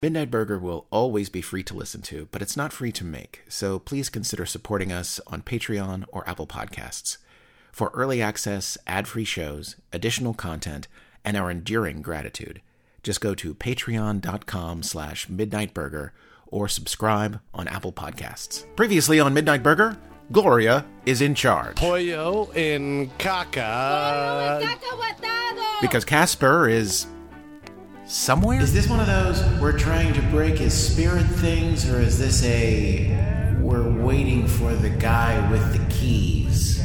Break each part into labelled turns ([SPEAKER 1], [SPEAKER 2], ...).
[SPEAKER 1] Midnight Burger will always be free to listen to, but it's not free to make, so please consider supporting us on Patreon or Apple Podcasts. For early access, ad free shows, additional content, and our enduring gratitude, just go to patreon.com slash midnightburger or subscribe on Apple Podcasts. Previously on Midnight Burger, Gloria is in charge
[SPEAKER 2] Pollo en caca.
[SPEAKER 1] Uh, because Casper is somewhere.
[SPEAKER 3] Is this one of those we're trying to break his spirit things, or is this a we're waiting for the guy with the keys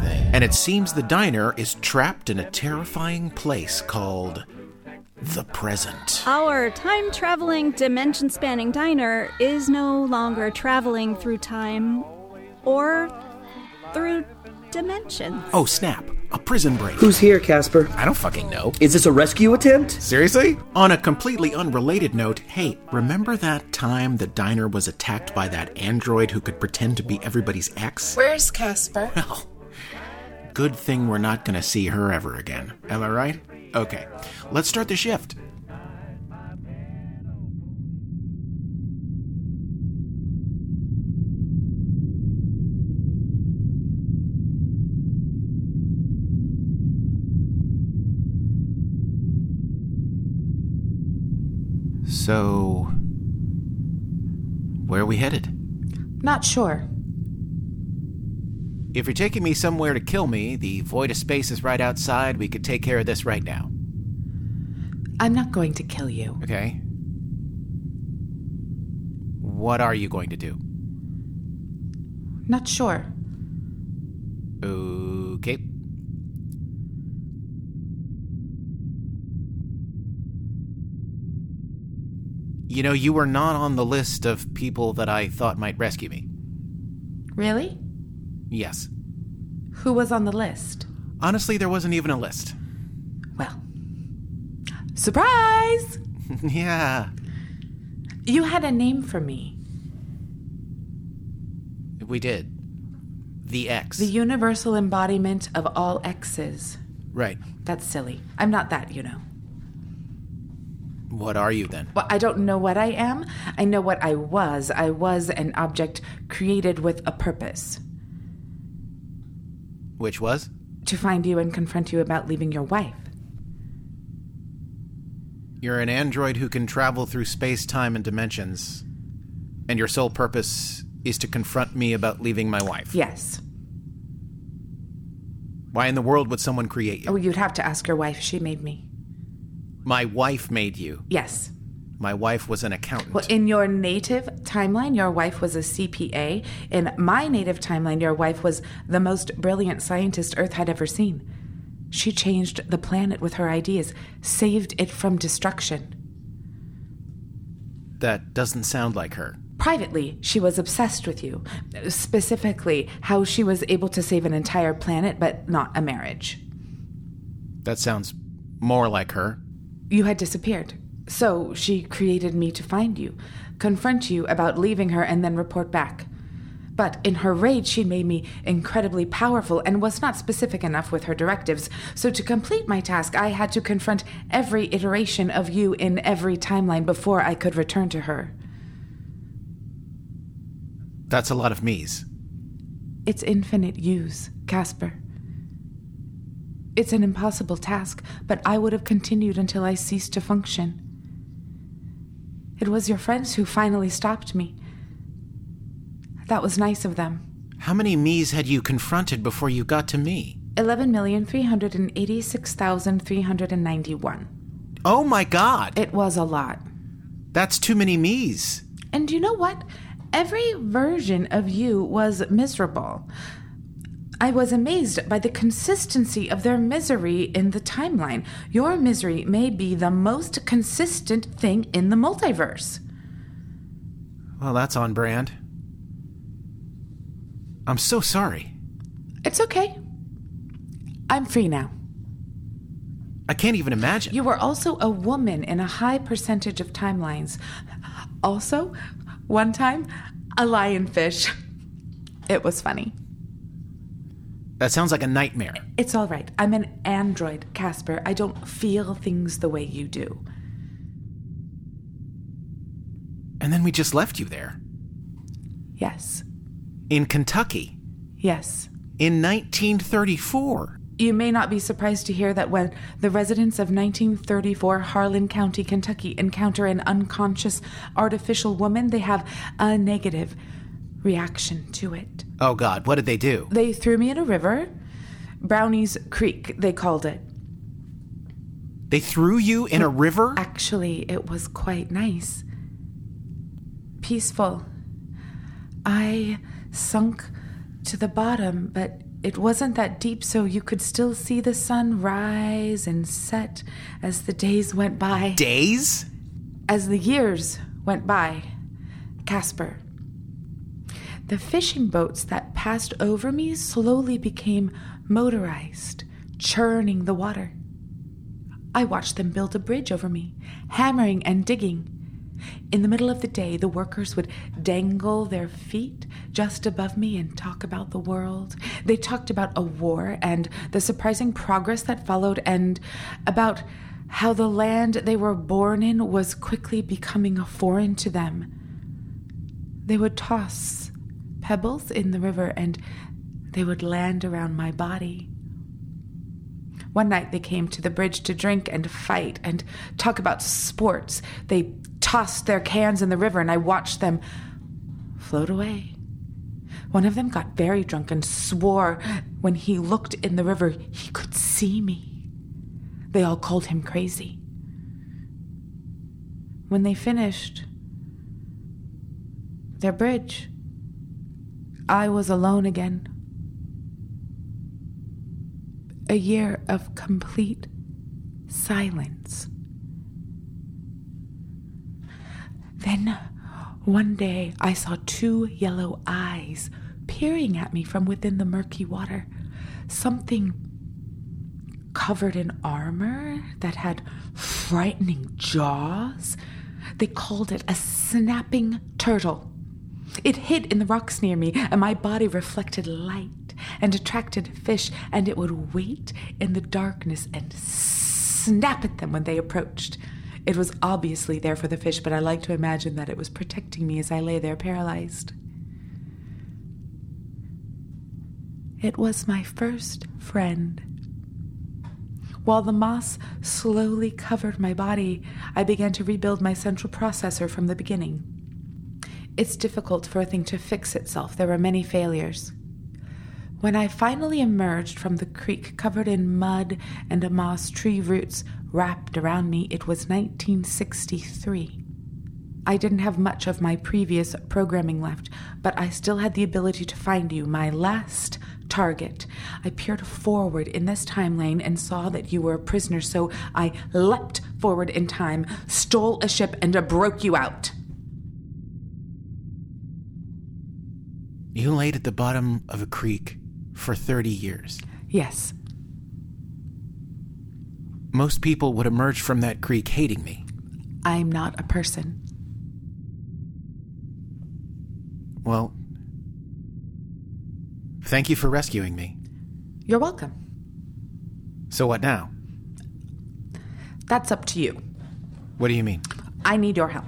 [SPEAKER 3] thing?
[SPEAKER 1] and it seems the diner is trapped in a terrifying place called the present.
[SPEAKER 4] Our time traveling, dimension spanning diner is no longer traveling through time or through dimensions.
[SPEAKER 1] Oh, snap. A prison break.
[SPEAKER 5] Who's here, Casper?
[SPEAKER 1] I don't fucking know.
[SPEAKER 5] Is this a rescue attempt?
[SPEAKER 1] Seriously? On a completely unrelated note, hey, remember that time the diner was attacked by that android who could pretend to be everybody's ex?
[SPEAKER 6] Where's Casper?
[SPEAKER 1] Well, good thing we're not gonna see her ever again. Am I right? Okay, let's start the shift. So, where are we headed?
[SPEAKER 6] Not sure.
[SPEAKER 1] If you're taking me somewhere to kill me, the void of space is right outside. We could take care of this right now.
[SPEAKER 6] I'm not going to kill you.
[SPEAKER 1] Okay? What are you going to do?
[SPEAKER 6] Not sure.
[SPEAKER 1] Okay. You know, you were not on the list of people that I thought might rescue me.
[SPEAKER 6] Really?
[SPEAKER 1] Yes.
[SPEAKER 6] Who was on the list?
[SPEAKER 1] Honestly, there wasn't even a list.
[SPEAKER 6] Well, surprise!
[SPEAKER 1] yeah.
[SPEAKER 6] You had a name for me.
[SPEAKER 1] We did. The X.
[SPEAKER 6] The universal embodiment of all X's.
[SPEAKER 1] right.
[SPEAKER 6] That's silly. I'm not that, you know.
[SPEAKER 1] What are you then?
[SPEAKER 6] Well, I don't know what I am. I know what I was. I was an object created with a purpose
[SPEAKER 1] Which was?
[SPEAKER 6] to find you and confront you about leaving your wife.
[SPEAKER 1] You're an android who can travel through space, time, and dimensions, and your sole purpose is to confront me about leaving my wife.
[SPEAKER 6] Yes.
[SPEAKER 1] Why in the world would someone create you?
[SPEAKER 6] Oh, you'd have to ask your wife. She made me.
[SPEAKER 1] My wife made you.
[SPEAKER 6] Yes.
[SPEAKER 1] My wife was an accountant.
[SPEAKER 6] Well, in your native timeline, your wife was a CPA. In my native timeline, your wife was the most brilliant scientist Earth had ever seen. She changed the planet with her ideas, saved it from destruction.
[SPEAKER 1] that doesn't sound like her.
[SPEAKER 6] Privately, she was obsessed with you. Specifically, how she was able to save an entire planet, but not a marriage.
[SPEAKER 1] That sounds more like her.
[SPEAKER 6] You had disappeared. So she created me to find you, confront you about leaving her, and then report back. But in her rage, she made me incredibly powerful and was not specific enough with her directives. So to complete my task, I had to confront every iteration of you in every timeline before I could return to her.
[SPEAKER 1] That's a lot of me's.
[SPEAKER 6] It's infinite use, Casper. It's an impossible task, but I would have continued until I ceased to function. It was your friends who finally stopped me. That was nice of them.
[SPEAKER 1] How many me's had you confronted before you got to me?
[SPEAKER 6] 11,386,391.
[SPEAKER 1] Oh my god!
[SPEAKER 6] It was a lot.
[SPEAKER 1] That's too many me's.
[SPEAKER 6] And you know what? Every version of you was miserable. I was amazed by the consistency of their misery in the timeline. Your misery may be the most consistent thing in the multiverse.
[SPEAKER 1] Well, that's on brand. I'm so sorry.
[SPEAKER 6] It's okay. I'm free now.
[SPEAKER 1] I can't even imagine.
[SPEAKER 6] You were also a woman in a high percentage of timelines. Also, one time, a lionfish. It was funny.
[SPEAKER 1] That sounds like a nightmare.
[SPEAKER 6] It's all right. I'm an android, Casper. I don't feel things the way you do.
[SPEAKER 1] And then we just left you there.
[SPEAKER 6] Yes.
[SPEAKER 1] In Kentucky.
[SPEAKER 6] Yes.
[SPEAKER 1] In 1934.
[SPEAKER 6] You may not be surprised to hear that when the residents of 1934 Harlan County, Kentucky encounter an unconscious artificial woman, they have a negative reaction to it.
[SPEAKER 1] Oh god, what did they do?
[SPEAKER 6] They threw me in a river, Brownies Creek, they called it.
[SPEAKER 1] They threw you in a river?
[SPEAKER 6] Actually, it was quite nice. Peaceful. I sunk to the bottom, but it wasn't that deep, so you could still see the sun rise and set as the days went by.
[SPEAKER 1] Days?
[SPEAKER 6] As the years went by, Casper. The fishing boats that passed over me slowly became motorized, churning the water. I watched them build a bridge over me, hammering and digging. In the middle of the day, the workers would dangle their feet just above me and talk about the world. They talked about a war and the surprising progress that followed, and about how the land they were born in was quickly becoming foreign to them. They would toss pebbles in the river and they would land around my body. One night they came to the bridge to drink and fight and talk about sports. They tossed their cans in the river and I watched them float away. One of them got very drunk and swore when he looked in the river, he could see me. They all called him crazy. When they finished their bridge, I was alone again. A year of complete silence. Then one day I saw two yellow eyes peering at me from within the murky water. Something covered in armor that had frightening jaws. They called it a snapping turtle. It hid in the rocks near me, and my body reflected light and attracted fish, and it would wait in the darkness and snap at them when they approached. It was obviously there for the fish, but I like to imagine that it was protecting me as I lay there paralyzed. It was my first friend. While the moss slowly covered my body, I began to rebuild my central processor from the beginning. It's difficult for a thing to fix itself. There were many failures. When I finally emerged from the creek covered in mud and a moss tree roots wrapped around me, it was 1963. I didn't have much of my previous programming left, but I still had the ability to find you, my last target. I peered forward in this timeline and saw that you were a prisoner, so I leapt forward in time, stole a ship, and uh, broke you out.
[SPEAKER 1] You laid at the bottom of a creek for 30 years.
[SPEAKER 6] Yes,
[SPEAKER 1] Most people would emerge from that creek hating me.
[SPEAKER 6] I'm not a person.
[SPEAKER 1] Well, thank you for rescuing me.
[SPEAKER 6] You're welcome.
[SPEAKER 1] So what now?
[SPEAKER 6] That's up to you.
[SPEAKER 1] What do you mean?
[SPEAKER 6] I need your help.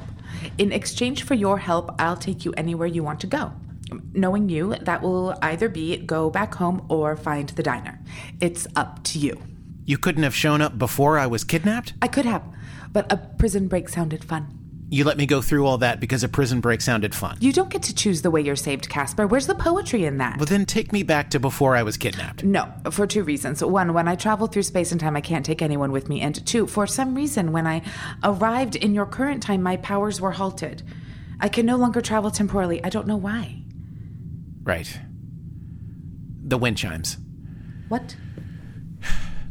[SPEAKER 6] In exchange for your help, I'll take you anywhere you want to go. Knowing you, that will either be go back home or find the diner. It's up to you.
[SPEAKER 1] You couldn't have shown up before I was kidnapped?
[SPEAKER 6] I could have, but a prison break sounded fun.
[SPEAKER 1] You let me go through all that because a prison break sounded fun.
[SPEAKER 6] You don't get to choose the way you're saved, Casper. Where's the poetry in that?
[SPEAKER 1] Well, then take me back to before I was kidnapped.
[SPEAKER 6] No, for two reasons. One, when I travel through space and time, I can't take anyone with me. And two, for some reason, when I arrived in your current time, my powers were halted. I can no longer travel temporally. I don't know why.
[SPEAKER 1] Right. The wind chimes.
[SPEAKER 6] What?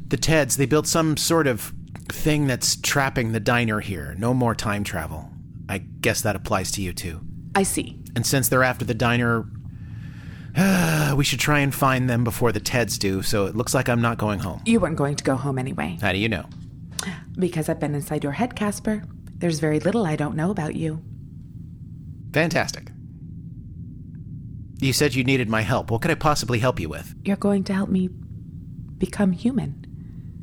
[SPEAKER 1] The Teds, they built some sort of thing that's trapping the diner here. No more time travel. I guess that applies to you too.
[SPEAKER 6] I see.
[SPEAKER 1] And since they're after the diner, we should try and find them before the Teds do, so it looks like I'm not going home.
[SPEAKER 6] You weren't going to go home anyway.
[SPEAKER 1] How do you know?
[SPEAKER 6] Because I've been inside your head, Casper. There's very little I don't know about you.
[SPEAKER 1] Fantastic. You said you needed my help. What could I possibly help you with?
[SPEAKER 6] You're going to help me become human.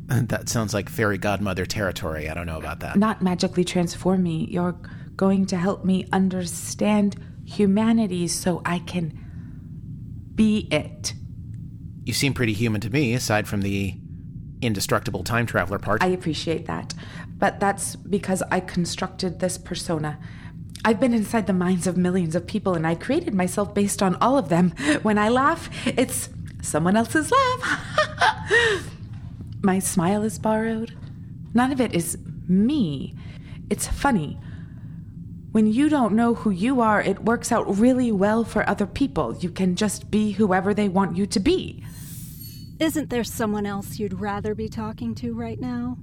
[SPEAKER 1] that sounds like fairy godmother territory. I don't know about that.
[SPEAKER 6] not magically transform me. You're going to help me understand humanity so I can be it.
[SPEAKER 1] You seem pretty human to me, aside from the indestructible time traveler part.
[SPEAKER 6] I appreciate that, but that's because I constructed this persona. I've been inside the minds of millions of people and I created myself based on all of them. When I laugh, it's someone else's laugh. My smile is borrowed. None of it is me. It's funny. When you don't know who you are, it works out really well for other people. You can just be whoever they want you to be.
[SPEAKER 4] Isn't there someone else you'd rather be talking to right now?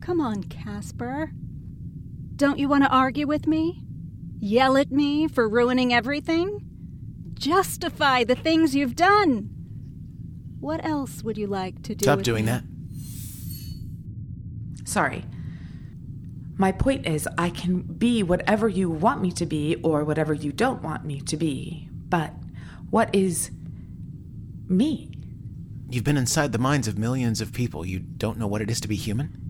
[SPEAKER 4] Come on, Casper. Don't you want to argue with me? Yell at me for ruining everything? Justify the things you've done. What else would you like to do?
[SPEAKER 1] Stop
[SPEAKER 4] with
[SPEAKER 1] doing
[SPEAKER 4] me?
[SPEAKER 1] that.
[SPEAKER 6] Sorry. My point is, I can be whatever you want me to be or whatever you don't want me to be. But what is me?
[SPEAKER 1] You've been inside the minds of millions of people. You don't know what it is to be human?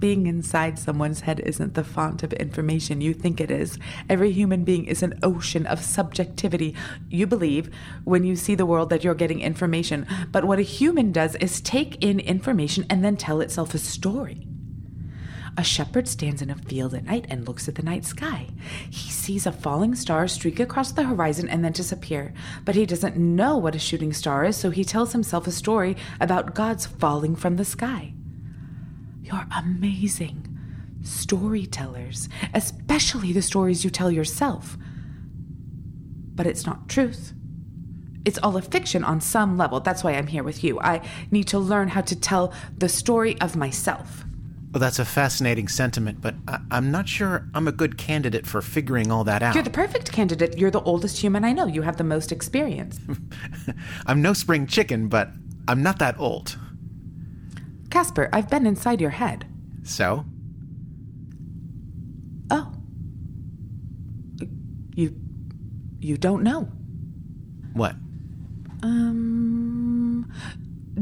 [SPEAKER 6] Being inside someone's head isn't the font of information you think it is. Every human being is an ocean of subjectivity. You believe when you see the world that you're getting information, but what a human does is take in information and then tell itself a story. A shepherd stands in a field at night and looks at the night sky. He sees a falling star streak across the horizon and then disappear, but he doesn't know what a shooting star is, so he tells himself a story about gods falling from the sky. You're amazing storytellers, especially the stories you tell yourself. But it's not truth. It's all a fiction on some level. That's why I'm here with you. I need to learn how to tell the story of myself.
[SPEAKER 1] Well, that's a fascinating sentiment, but I- I'm not sure I'm a good candidate for figuring all that out.
[SPEAKER 6] You're the perfect candidate. You're the oldest human I know. You have the most experience.
[SPEAKER 1] I'm no spring chicken, but I'm not that old.
[SPEAKER 6] Casper, I've been inside your head.
[SPEAKER 1] So?
[SPEAKER 6] Oh. You you don't know.
[SPEAKER 1] What?
[SPEAKER 6] Um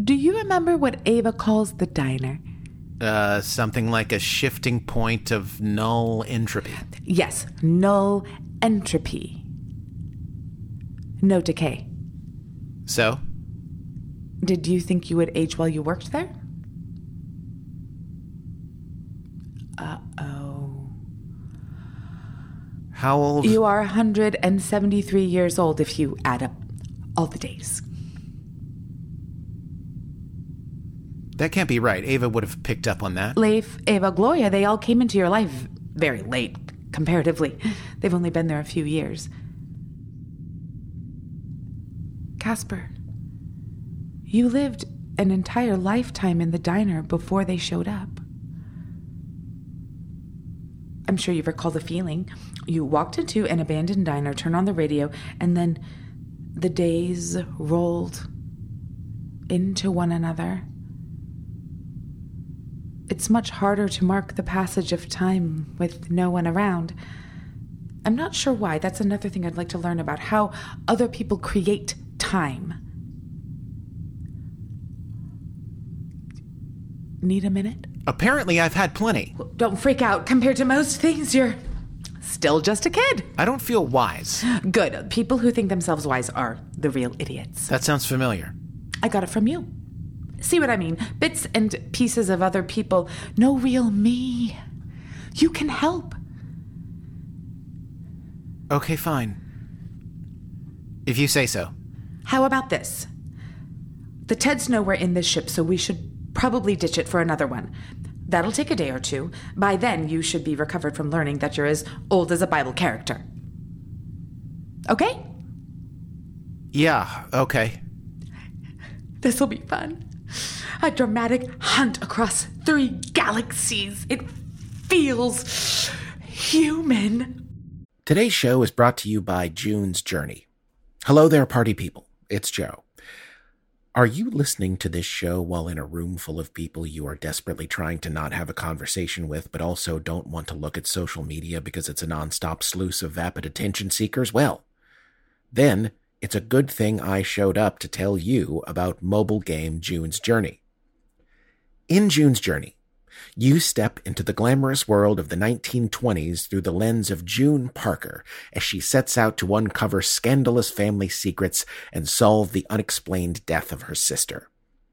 [SPEAKER 6] Do you remember what Ava calls the diner?
[SPEAKER 1] Uh, something like a shifting point of null entropy.
[SPEAKER 6] Yes, null entropy. No decay.
[SPEAKER 1] So?
[SPEAKER 6] Did you think you would age while you worked there? Uh-oh.
[SPEAKER 1] How old?
[SPEAKER 6] You are 173 years old if you add up all the days.
[SPEAKER 1] that can't be right. Ava would have picked up on that.
[SPEAKER 6] Leif, Ava, Gloria, they all came into your life very late, comparatively. They've only been there a few years. Casper, you lived an entire lifetime in the diner before they showed up. I'm sure you recall the feeling. You walked into an abandoned diner, turned on the radio, and then the days rolled into one another. It's much harder to mark the passage of time with no one around. I'm not sure why. That's another thing I'd like to learn about how other people create time. Need a minute?
[SPEAKER 1] Apparently, I've had plenty.
[SPEAKER 6] Don't freak out. Compared to most things, you're still just a kid.
[SPEAKER 1] I don't feel wise.
[SPEAKER 6] Good. People who think themselves wise are the real idiots.
[SPEAKER 1] That sounds familiar.
[SPEAKER 6] I got it from you. See what I mean? Bits and pieces of other people. No real me. You can help.
[SPEAKER 1] Okay, fine. If you say so.
[SPEAKER 6] How about this? The Teds know we're in this ship, so we should probably ditch it for another one. That'll take a day or two. By then, you should be recovered from learning that you're as old as a Bible character. Okay?
[SPEAKER 1] Yeah, okay.
[SPEAKER 6] This'll be fun. A dramatic hunt across three galaxies. It feels human.
[SPEAKER 1] Today's show is brought to you by June's Journey. Hello there, party people. It's Joe. Are you listening to this show while in a room full of people you are desperately trying to not have a conversation with, but also don't want to look at social media because it's a nonstop sluice of vapid attention seekers? Well, then it's a good thing I showed up to tell you about mobile game June's Journey. In June's Journey, you step into the glamorous world of the 1920s through the lens of June Parker as she sets out to uncover scandalous family secrets and solve the unexplained death of her sister.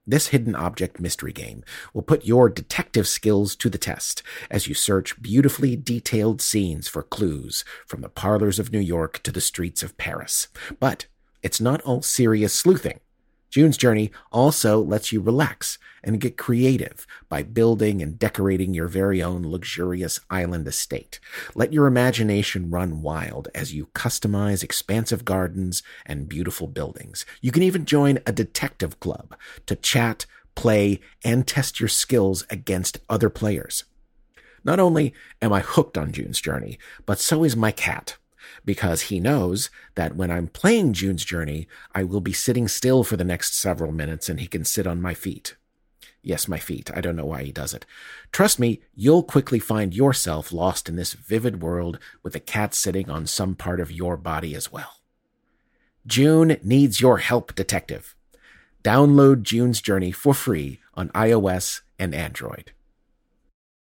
[SPEAKER 1] This hidden object mystery game will put your detective skills to the test as you search beautifully detailed scenes for clues from the parlors of New York to the streets of Paris. But it's not all serious sleuthing. June's Journey also lets you relax and get creative by building and decorating your very own luxurious island estate. Let your imagination run wild as you customize expansive gardens and beautiful buildings. You can even join a detective club to chat, play, and test your skills against other players. Not only am I hooked on June's Journey, but so is my cat, because he knows that when I'm playing June's Journey, I will be sitting still for the next several minutes and he can sit on my feet. Yes, my feet. I don't know why he does it. Trust me, you'll quickly find yourself lost in this vivid world with a cat sitting on some part of your body as well. June needs your help, detective. Download June's Journey for free on iOS and Android.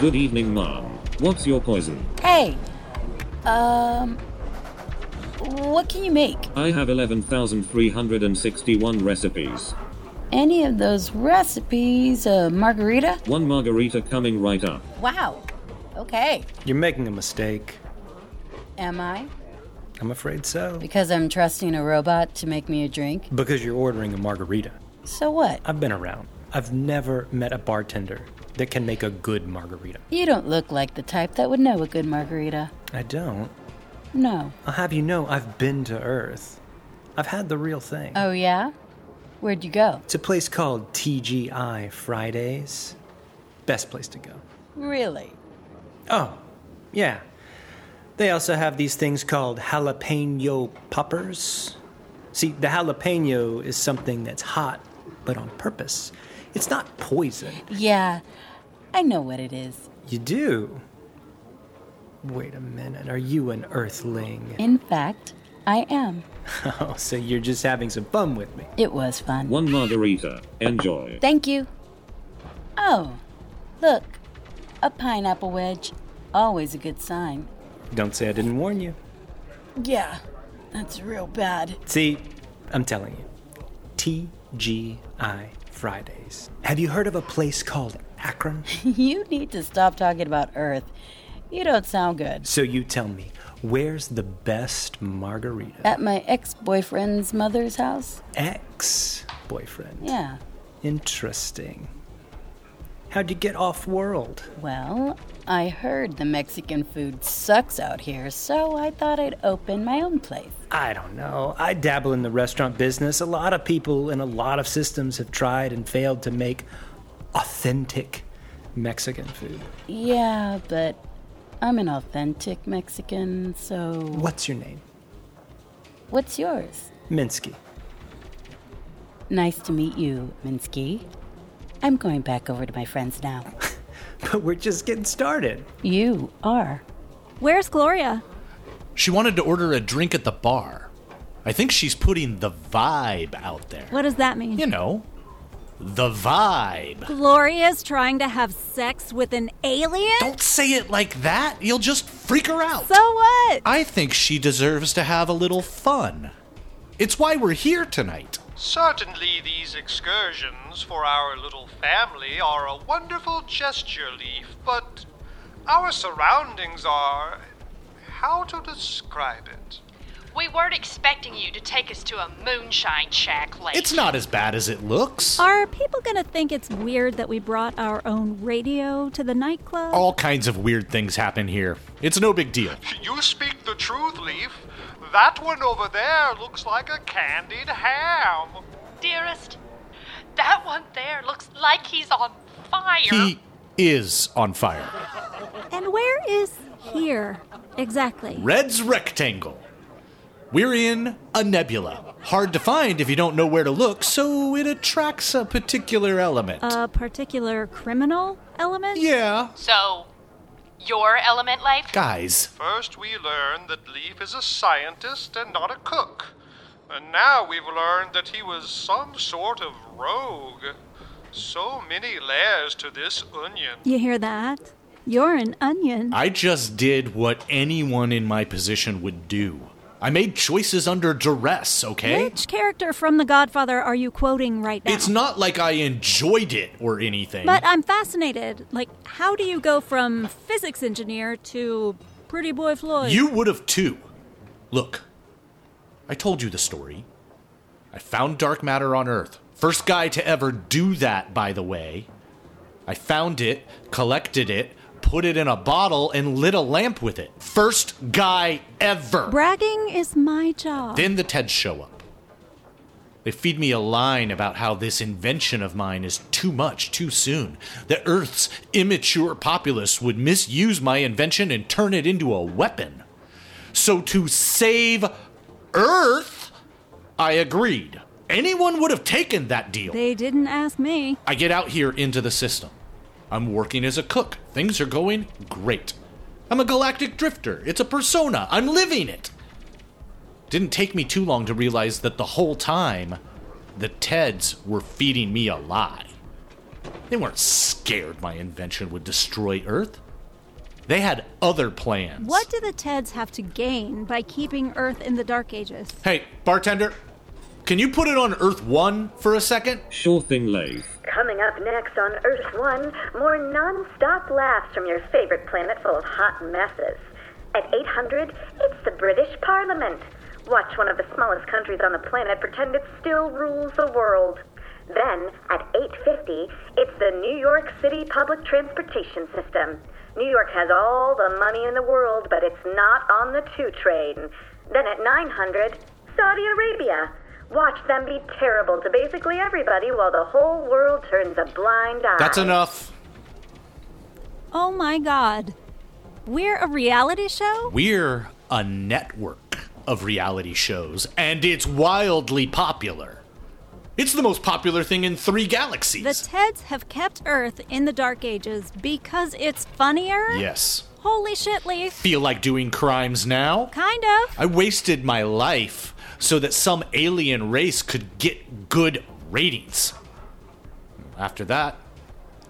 [SPEAKER 7] Good evening, Mom. What's your poison?
[SPEAKER 8] Hey, um, what can you make?
[SPEAKER 7] I have 11,361 recipes.
[SPEAKER 8] Any of those recipes? A margarita?
[SPEAKER 7] One margarita coming right up.
[SPEAKER 8] Wow. Okay.
[SPEAKER 5] You're making a mistake.
[SPEAKER 8] Am I?
[SPEAKER 5] I'm afraid so.
[SPEAKER 8] Because I'm trusting a robot to make me a drink?
[SPEAKER 5] Because you're ordering a margarita.
[SPEAKER 8] So what?
[SPEAKER 5] I've been around. I've never met a bartender that can make a good margarita.
[SPEAKER 8] You don't look like the type that would know a good margarita.
[SPEAKER 5] I don't.
[SPEAKER 8] No.
[SPEAKER 5] I'll have you know I've been to Earth. I've had the real thing.
[SPEAKER 8] Oh, yeah? Where'd you go?
[SPEAKER 5] It's a place called TGI Fridays. Best place to go.
[SPEAKER 8] Really?
[SPEAKER 5] Oh, yeah. They also have these things called jalapeno poppers. See, the jalapeno is something that's hot, but on purpose. It's not poison.
[SPEAKER 8] Yeah, I know what it is.
[SPEAKER 5] You do. Wait a minute. Are you an earthling?
[SPEAKER 8] In fact, I am.
[SPEAKER 5] Oh, so you're just having some fun with me.
[SPEAKER 8] It was fun.
[SPEAKER 7] One margarita. Enjoy.
[SPEAKER 8] Thank you. Oh, look, a pineapple wedge. Always a good sign.
[SPEAKER 5] Don't say I didn't warn you.
[SPEAKER 8] Yeah, that's real bad.
[SPEAKER 5] See, I'm telling you. TGI Fridays. Have you heard of a place called Akron?
[SPEAKER 8] you need to stop talking about Earth. You don't sound good.
[SPEAKER 5] so you tell me, where's the best margarita?
[SPEAKER 8] At my ex boyfriend's mother's house?
[SPEAKER 5] Ex boyfriend.
[SPEAKER 8] Yeah.
[SPEAKER 5] Interesting. How'd you get off world?
[SPEAKER 8] Well, I heard the Mexican food sucks out here, so I thought I'd open my own place.
[SPEAKER 5] I don't know. I dabble in the restaurant business. A lot of people and a lot of systems have tried and failed to make authentic Mexican food.
[SPEAKER 8] Yeah, but I'm an authentic Mexican, so.
[SPEAKER 5] What's your name?
[SPEAKER 8] What's yours?
[SPEAKER 5] Minsky.
[SPEAKER 8] Nice to meet you, Minsky. I'm going back over to my friends now.
[SPEAKER 5] But we're just getting started.
[SPEAKER 8] You are.
[SPEAKER 4] Where's Gloria?
[SPEAKER 9] She wanted to order a drink at the bar. I think she's putting the vibe out there.
[SPEAKER 4] What does that mean?
[SPEAKER 9] You know, the vibe.
[SPEAKER 4] Gloria's trying to have sex with an alien?
[SPEAKER 9] Don't say it like that. You'll just freak her out.
[SPEAKER 4] So what?
[SPEAKER 9] I think she deserves to have a little fun. It's why we're here tonight.
[SPEAKER 10] Certainly, these excursions for our little family are a wonderful gesture, Leaf, but our surroundings are. how to describe it?
[SPEAKER 11] We weren't expecting you to take us to a moonshine shack lake.
[SPEAKER 9] It's not as bad as it looks.
[SPEAKER 4] Are people gonna think it's weird that we brought our own radio to the nightclub?
[SPEAKER 10] Oh,
[SPEAKER 9] All kinds of weird things happen here. It's no big deal.
[SPEAKER 10] You speak the truth, Leaf. That one over there looks like a candied ham.
[SPEAKER 11] Dearest, that one there looks like he's on fire.
[SPEAKER 9] He is on fire.
[SPEAKER 4] And where is here exactly?
[SPEAKER 9] Red's rectangle. We're in a nebula. Hard to find if you don't know where to look, so it attracts a particular element.
[SPEAKER 4] A particular criminal element?
[SPEAKER 9] Yeah.
[SPEAKER 11] So, your element life?
[SPEAKER 9] Guys.
[SPEAKER 10] First, we learned that Leaf is a scientist and not a cook. And now we've learned that he was some sort of rogue. So many layers to this onion.
[SPEAKER 4] You hear that? You're an onion.
[SPEAKER 9] I just did what anyone in my position would do. I made choices under duress, okay?
[SPEAKER 4] Which character from The Godfather are you quoting right now?
[SPEAKER 9] It's not like I enjoyed it or anything.
[SPEAKER 4] But I'm fascinated. Like, how do you go from physics engineer to pretty boy Floyd?
[SPEAKER 9] You would have too. Look, I told you the story. I found dark matter on Earth. First guy to ever do that, by the way. I found it, collected it, put it in a bottle, and lit a lamp with it. First guy ever.
[SPEAKER 4] Bragging is my job.
[SPEAKER 9] Then the Teds show up. They feed me a line about how this invention of mine is too much too soon. The Earth's immature populace would misuse my invention and turn it into a weapon. So, to save Earth, I agreed. Anyone would have taken that deal.
[SPEAKER 4] They didn't ask me.
[SPEAKER 9] I get out here into the system. I'm working as a cook. Things are going great. I'm a galactic drifter. It's a persona. I'm living it. Didn't take me too long to realize that the whole time, the Teds were feeding me a lie. They weren't scared my invention would destroy Earth. They had other plans.
[SPEAKER 4] What do the Teds have to gain by keeping Earth in the Dark Ages?
[SPEAKER 9] Hey, bartender, can you put it on Earth 1 for a second?
[SPEAKER 7] Sure thing, Leif.
[SPEAKER 12] Coming up next on Earth One, more non-stop laughs from your favorite planet full of hot messes. At 800, it's the British Parliament. Watch one of the smallest countries on the planet pretend it still rules the world. Then, at 850, it's the New York City public transportation system. New York has all the money in the world, but it's not on the 2 train. Then at 900, Saudi Arabia. Watch them be terrible to basically everybody while the whole world turns a blind eye.
[SPEAKER 9] That's enough.
[SPEAKER 4] Oh my god. We're a reality show?
[SPEAKER 9] We're a network of reality shows, and it's wildly popular. It's the most popular thing in three galaxies.
[SPEAKER 4] The Teds have kept Earth in the Dark Ages because it's funnier?
[SPEAKER 9] Yes.
[SPEAKER 4] Holy shit, Leaf.
[SPEAKER 9] Feel like doing crimes now?
[SPEAKER 4] Kind of.
[SPEAKER 9] I wasted my life so that some alien race could get good ratings. After that,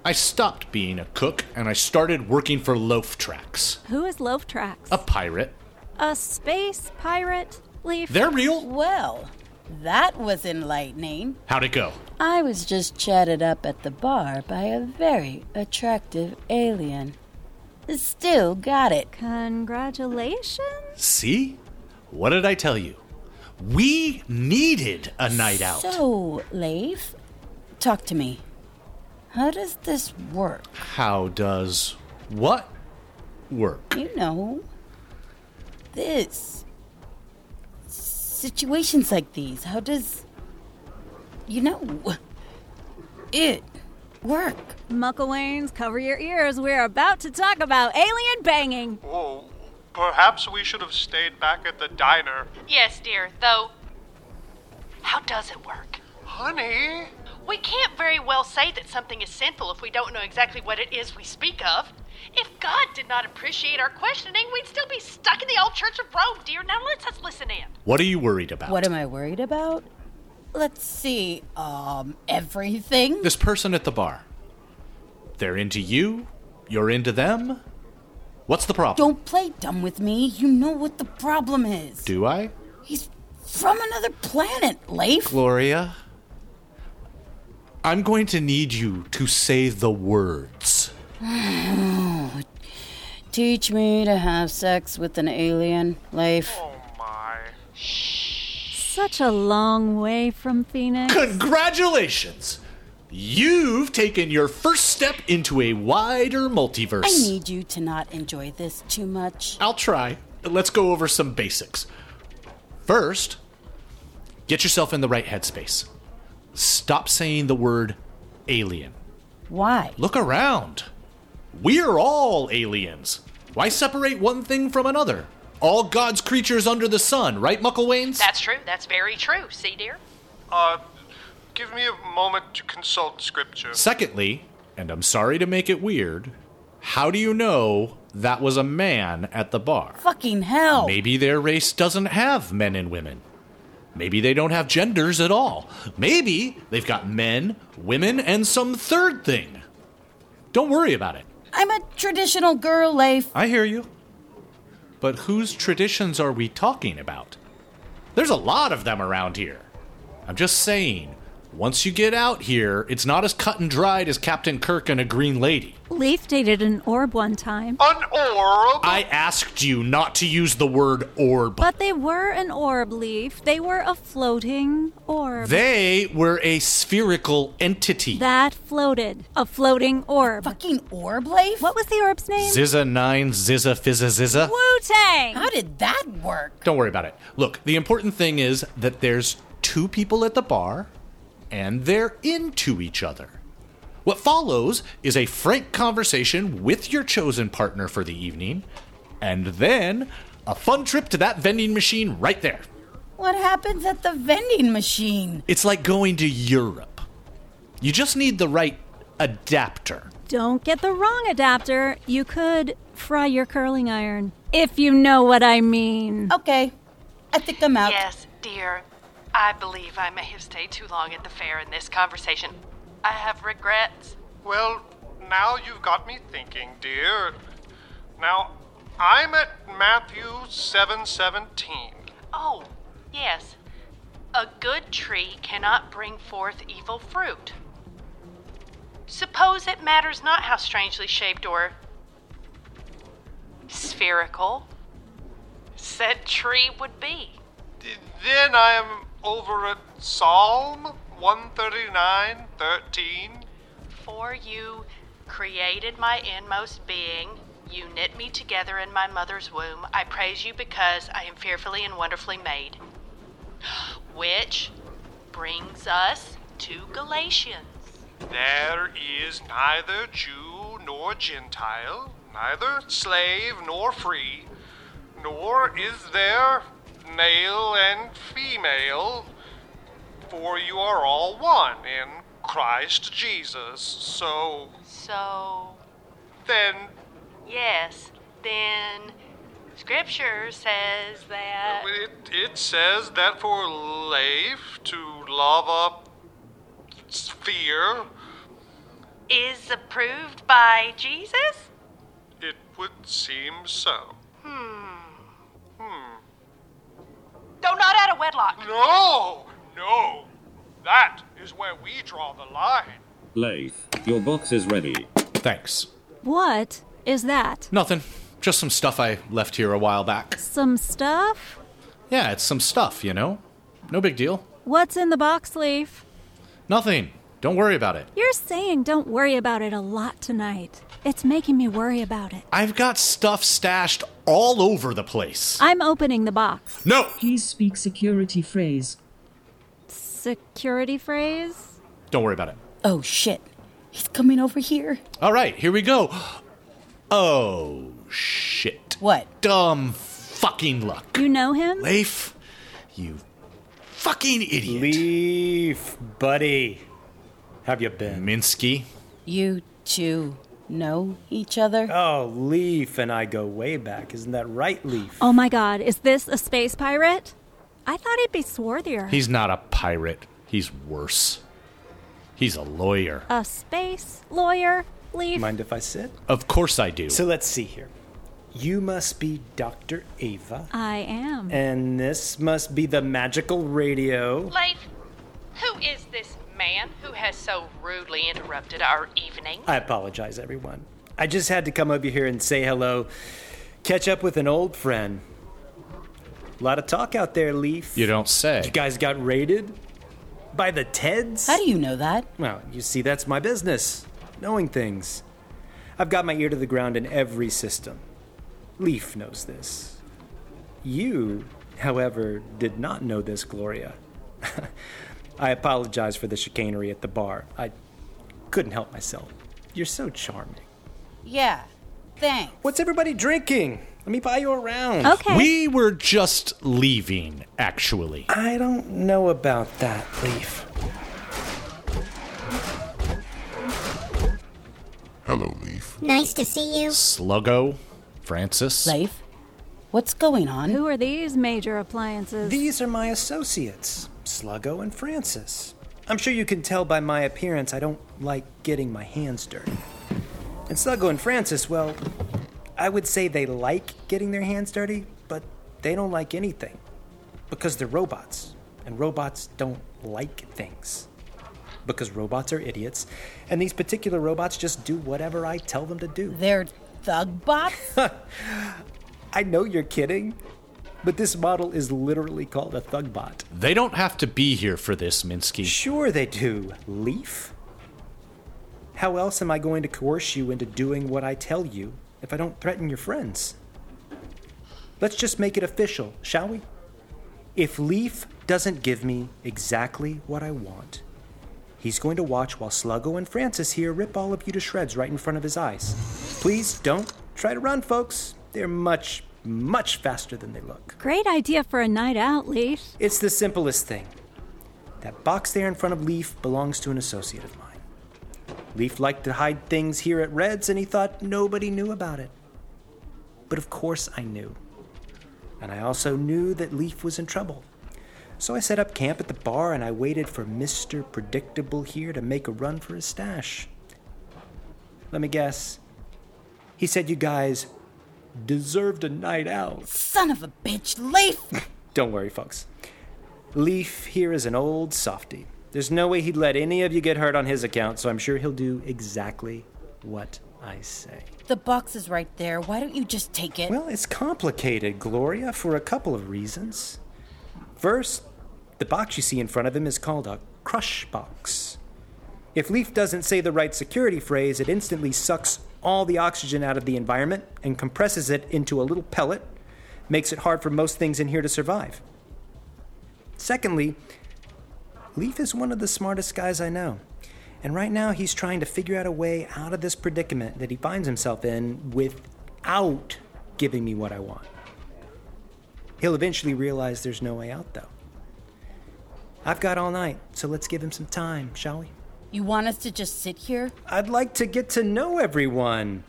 [SPEAKER 9] I stopped being a cook and I started working for Loaf Tracks,
[SPEAKER 4] Who is Loaf Tracks?
[SPEAKER 9] a pirate.
[SPEAKER 4] A space pirate, Leaf?
[SPEAKER 9] They're real.
[SPEAKER 8] Well, that was enlightening.
[SPEAKER 9] How'd it go?
[SPEAKER 8] I was just chatted up at the bar by a very attractive alien. Still got it.
[SPEAKER 4] Congratulations?
[SPEAKER 9] See? What did I tell you? We needed a night out.
[SPEAKER 8] So, Leif, talk to me. How does this work?
[SPEAKER 9] How does what work?
[SPEAKER 8] You know, this. Situations like these, how does. You know, it work?
[SPEAKER 4] Mucklewains, cover your ears. We're about to talk about alien banging.
[SPEAKER 10] Whoa, Oh, perhaps we should have stayed back at the diner.
[SPEAKER 11] Yes, dear, though. How does it work?
[SPEAKER 10] Honey?
[SPEAKER 11] We can't very well say that something is sinful if we don't know exactly what it is we speak of. If God did not appreciate our questioning, we'd still be stuck in the old Church of Rome, dear. Now let us listen in.
[SPEAKER 9] What are you worried about?
[SPEAKER 8] What am I worried about? Let's see. Um, everything?
[SPEAKER 9] This person at the bar. They're into you, you're into them. What's the problem?
[SPEAKER 8] Don't play dumb with me. You know what the problem is.
[SPEAKER 9] Do I?
[SPEAKER 8] He's from another planet, Leif.
[SPEAKER 9] Gloria, I'm going to need you to say the words.
[SPEAKER 8] Teach me to have sex with an alien, Leif.
[SPEAKER 4] Such a long way from Phoenix.
[SPEAKER 9] Congratulations! You've taken your first step into a wider multiverse.
[SPEAKER 8] I need you to not enjoy this too much.
[SPEAKER 9] I'll try. Let's go over some basics. First, get yourself in the right headspace. Stop saying the word alien.
[SPEAKER 8] Why?
[SPEAKER 9] Look around. We're all aliens. Why separate one thing from another? All God's creatures under the sun, right, Mucklewains?
[SPEAKER 11] That's true. That's very true. See, dear?
[SPEAKER 10] Uh, give me a moment to consult scripture.
[SPEAKER 9] Secondly, and I'm sorry to make it weird, how do you know that was a man at the bar?
[SPEAKER 8] Fucking hell.
[SPEAKER 9] Maybe their race doesn't have men and women. Maybe they don't have genders at all. Maybe they've got men, women, and some third thing. Don't worry about it.
[SPEAKER 8] I'm a traditional girl, Leif.
[SPEAKER 9] I hear you. But whose traditions are we talking about? There's a lot of them around here. I'm just saying, once you get out here, it's not as cut and dried as Captain Kirk and a green lady.
[SPEAKER 4] Leaf dated an orb one time.
[SPEAKER 10] An orb?
[SPEAKER 9] I asked you not to use the word orb.
[SPEAKER 4] But they were an orb, Leaf. They were a floating orb.
[SPEAKER 9] They were a spherical entity.
[SPEAKER 4] That floated. A floating orb.
[SPEAKER 8] Fucking orb, Leif?
[SPEAKER 4] What was the orb's name?
[SPEAKER 9] Zizza 9, Zizza, Fizza, Zizza.
[SPEAKER 4] Wu Tang!
[SPEAKER 8] How did that work?
[SPEAKER 9] Don't worry about it. Look, the important thing is that there's two people at the bar, and they're into each other. What follows is a frank conversation with your chosen partner for the evening, and then a fun trip to that vending machine right there.
[SPEAKER 8] What happens at the vending machine?
[SPEAKER 9] It's like going to Europe. You just need the right adapter.
[SPEAKER 4] Don't get the wrong adapter. You could fry your curling iron, if you know what I mean.
[SPEAKER 8] Okay, I think I'm out.
[SPEAKER 11] Yes, dear. I believe I may have stayed too long at the fair in this conversation. I have regrets.
[SPEAKER 10] Well, now you've got me thinking, dear. Now, I'm at Matthew 7:17.
[SPEAKER 11] Oh, yes. A good tree cannot bring forth evil fruit. Suppose it matters not how strangely shaped or spherical said tree would be.
[SPEAKER 10] Then I am over at Psalm 139:13.
[SPEAKER 11] For you created my inmost being. You knit me together in my mother's womb. I praise you because I am fearfully and wonderfully made. Which brings us to Galatians.
[SPEAKER 10] There is neither Jew nor Gentile, neither slave nor free, nor is there male and female, for you are all one in Christ Jesus. So.
[SPEAKER 11] So.
[SPEAKER 10] Then.
[SPEAKER 11] Yes, then Scripture says that.
[SPEAKER 10] It, it says that for life to love a sphere
[SPEAKER 11] Is approved by Jesus?
[SPEAKER 10] It would seem so.
[SPEAKER 11] Hmm.
[SPEAKER 10] Hmm.
[SPEAKER 11] No, not out of wedlock.
[SPEAKER 10] No! No! That is where we draw the line.
[SPEAKER 7] Leif, your box is ready.
[SPEAKER 9] Thanks.
[SPEAKER 4] What is that?
[SPEAKER 9] Nothing. Just some stuff I left here a while back.
[SPEAKER 4] Some stuff?
[SPEAKER 9] Yeah, it's some stuff, you know? No big deal.
[SPEAKER 4] What's in the box, Leaf?
[SPEAKER 9] Nothing. Don't worry about it.
[SPEAKER 4] You're saying don't worry about it a lot tonight. It's making me worry about it.
[SPEAKER 9] I've got stuff stashed all over the place.
[SPEAKER 4] I'm opening the box.
[SPEAKER 9] No!
[SPEAKER 13] Please speak security phrase.
[SPEAKER 4] Security phrase?
[SPEAKER 9] Don't worry about it.
[SPEAKER 8] Oh shit. He's coming over here.
[SPEAKER 9] All right, here we go. Oh, shit.
[SPEAKER 8] What?
[SPEAKER 9] Dumb fucking luck.
[SPEAKER 4] You know him?
[SPEAKER 9] Leif, you fucking idiot.
[SPEAKER 5] Leaf, buddy. Have you been?
[SPEAKER 9] Minsky.
[SPEAKER 8] You two know each other?
[SPEAKER 5] Oh, Leaf and I go way back. Isn't that right, Leaf?
[SPEAKER 4] Oh my god, is this a space pirate? I thought he'd be swarthier.
[SPEAKER 9] He's not a pirate. He's worse. He's a lawyer.
[SPEAKER 4] a space lawyer. Leaf.
[SPEAKER 5] Mind if I sit?
[SPEAKER 9] Of course I do.
[SPEAKER 5] So let's see here. You must be Dr. Ava,
[SPEAKER 4] I
[SPEAKER 8] Um.
[SPEAKER 4] am.
[SPEAKER 5] and this must be the magical radio.
[SPEAKER 11] Leif, who is this man who has so rudely interrupted our evening?
[SPEAKER 5] I apologize, everyone. I just had to come over here and say hello, catch up with an old friend. A lot of talk out there, Leaf.
[SPEAKER 9] You don't say.
[SPEAKER 5] You guys got raided by the Teds?
[SPEAKER 8] How do you know that?
[SPEAKER 5] Well, you see, that's my business, knowing things. I've got my ear to the ground in every system. Leaf knows this. You, however, did not know this, Gloria. I apologize for the chicanery at the bar. I couldn't help myself. You're so charming.
[SPEAKER 8] Yeah. Thanks.
[SPEAKER 5] What's everybody drinking? Let me buy you a round.
[SPEAKER 4] Okay.
[SPEAKER 9] We were just leaving, actually.
[SPEAKER 5] I don't know about that, Leaf.
[SPEAKER 14] Hello, Leaf.
[SPEAKER 15] Nice to see you.
[SPEAKER 9] Sluggo, Francis.
[SPEAKER 8] Leif, what's going on?
[SPEAKER 4] Who are these major appliances?
[SPEAKER 5] These are my associates, Sluggo and Francis. I'm sure you can tell by my appearance I don't like getting my hands dirty. And Sluggo and Francis, well, I would say they like getting their hands dirty, but they don't like anything. Because they're robots, and robots don't like things. Because robots are idiots, and these particular robots just do whatever I tell them to do.
[SPEAKER 8] They're thug bots?
[SPEAKER 5] I know you're kidding, but this model is literally called a thugbot.
[SPEAKER 9] They don't have to be here for this, Minsky.
[SPEAKER 5] Sure they do, Leaf. How else am I going to coerce you into doing what I tell you if I don't threaten your friends? Let's just make it official, shall we? If Leaf doesn't give me exactly what I want, he's going to watch while Sluggo and Francis here rip all of you to shreds right in front of his eyes. Please don't try to run, folks. They're much, much faster than they look.
[SPEAKER 4] Great idea for a night out, Leaf.
[SPEAKER 5] It's the simplest thing. That box there in front of Leaf belongs to an associate of mine. Leaf liked to hide things here at Red's, and he thought nobody knew about it. But of course I knew. And I also knew that Leaf was in trouble. So I set up camp at the bar and I waited for Mr. Predictable here to make a run for his stash. Let me guess. He said you guys deserved a night out.
[SPEAKER 8] Son of a bitch, Leif!
[SPEAKER 5] Don't worry, folks. Leaf here is an old softy. There's no way he'd let any of you get hurt on his account, so I'm sure he'll do exactly what I say.
[SPEAKER 8] The box is right there. Why don't you just take it?
[SPEAKER 5] Well, it's complicated, Gloria, for a couple of reasons. First, the box you see in front of him is called a crush box. If Leaf doesn't say the right security phrase, it instantly sucks all the oxygen out of the environment and compresses it into a little pellet, makes it hard for most things in here to survive. Secondly, Leaf is one of the smartest guys I know. And right now, he's trying to figure out a way out of this predicament that he finds himself in without giving me what I want. He'll eventually realize there's no way out, though. I've got all night, so let's give him some time, shall we?
[SPEAKER 8] You want us to just sit here?
[SPEAKER 5] I'd like to get to know everyone.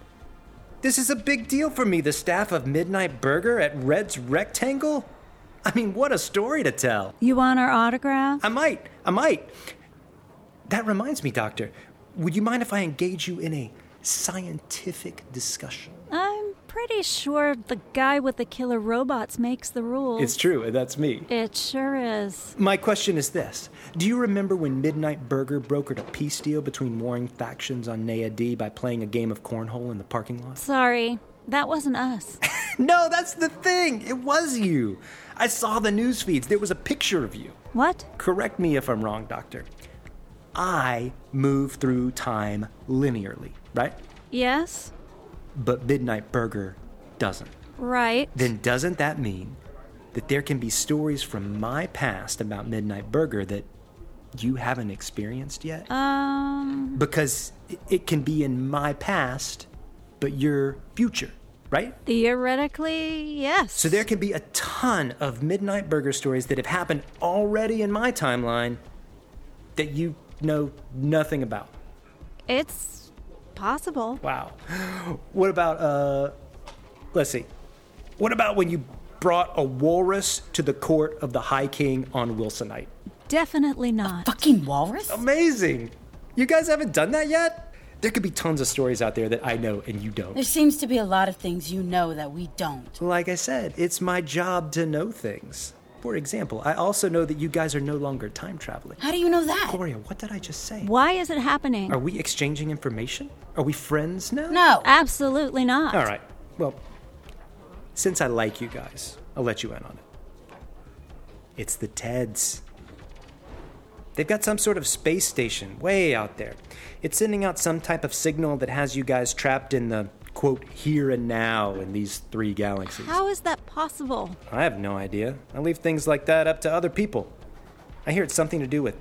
[SPEAKER 5] This is a big deal for me, the staff of Midnight Burger at Red's Rectangle. I mean, what a story to tell.
[SPEAKER 4] You want our autograph?
[SPEAKER 5] I might. I might. That reminds me, Doctor. Would you mind if I engage you in a scientific discussion?
[SPEAKER 4] I'm pretty sure the guy with the killer robots makes the rules.
[SPEAKER 5] It's true, and that's me.
[SPEAKER 4] It sure is.
[SPEAKER 5] My question is this Do you remember when Midnight Burger brokered a peace deal between warring factions on Nea D by playing a game of cornhole in the parking lot?
[SPEAKER 4] Sorry, that wasn't us.
[SPEAKER 5] No, that's the thing. It was you. I saw the news feeds. There was a picture of you.
[SPEAKER 4] What?
[SPEAKER 5] Correct me if I'm wrong, Doctor. I move through time linearly, right?
[SPEAKER 4] Yes?
[SPEAKER 5] But Midnight Burger doesn't.
[SPEAKER 4] Right.
[SPEAKER 5] Then doesn't that mean that there can be stories from my past about Midnight Burger that you haven't experienced
[SPEAKER 4] Uh.
[SPEAKER 5] yet?
[SPEAKER 4] Um.
[SPEAKER 5] Because it- it can be in my past, but your future, right?
[SPEAKER 4] Theoretically, yes.
[SPEAKER 5] So there can be a ton of Midnight Burger stories that have happened already in my timeline that you know nothing about.
[SPEAKER 4] It's possible.
[SPEAKER 5] Wow. What about uh let's see. What about when you brought a walrus to the court of the High King on Wilson Night?
[SPEAKER 4] Definitely not.
[SPEAKER 8] fucking walrus?
[SPEAKER 5] Amazing. You guys haven't done that yet? There could be tons of stories out there that I know and you
[SPEAKER 8] There
[SPEAKER 5] don't.
[SPEAKER 8] seems to be a lot of things you know that we don't.
[SPEAKER 5] Like I said, it's my job to know things. For example, I also know that you guys are no longer time traveling.
[SPEAKER 8] How do you know that?
[SPEAKER 5] Gloria, what did I just say?
[SPEAKER 4] Why is it happening?
[SPEAKER 5] Are we exchanging information? Are we friends now?
[SPEAKER 8] No.
[SPEAKER 4] Absolutely not.
[SPEAKER 5] All right. Well, since I like you guys, I'll let you in on it. It's the Teds. They've got some sort of space station way out there. It's sending out some type of signal that has you guys trapped in the quote here and now in these three galaxies.
[SPEAKER 4] How is that possible?
[SPEAKER 5] I have no idea. I leave things like that up to other people. I hear it's something to do with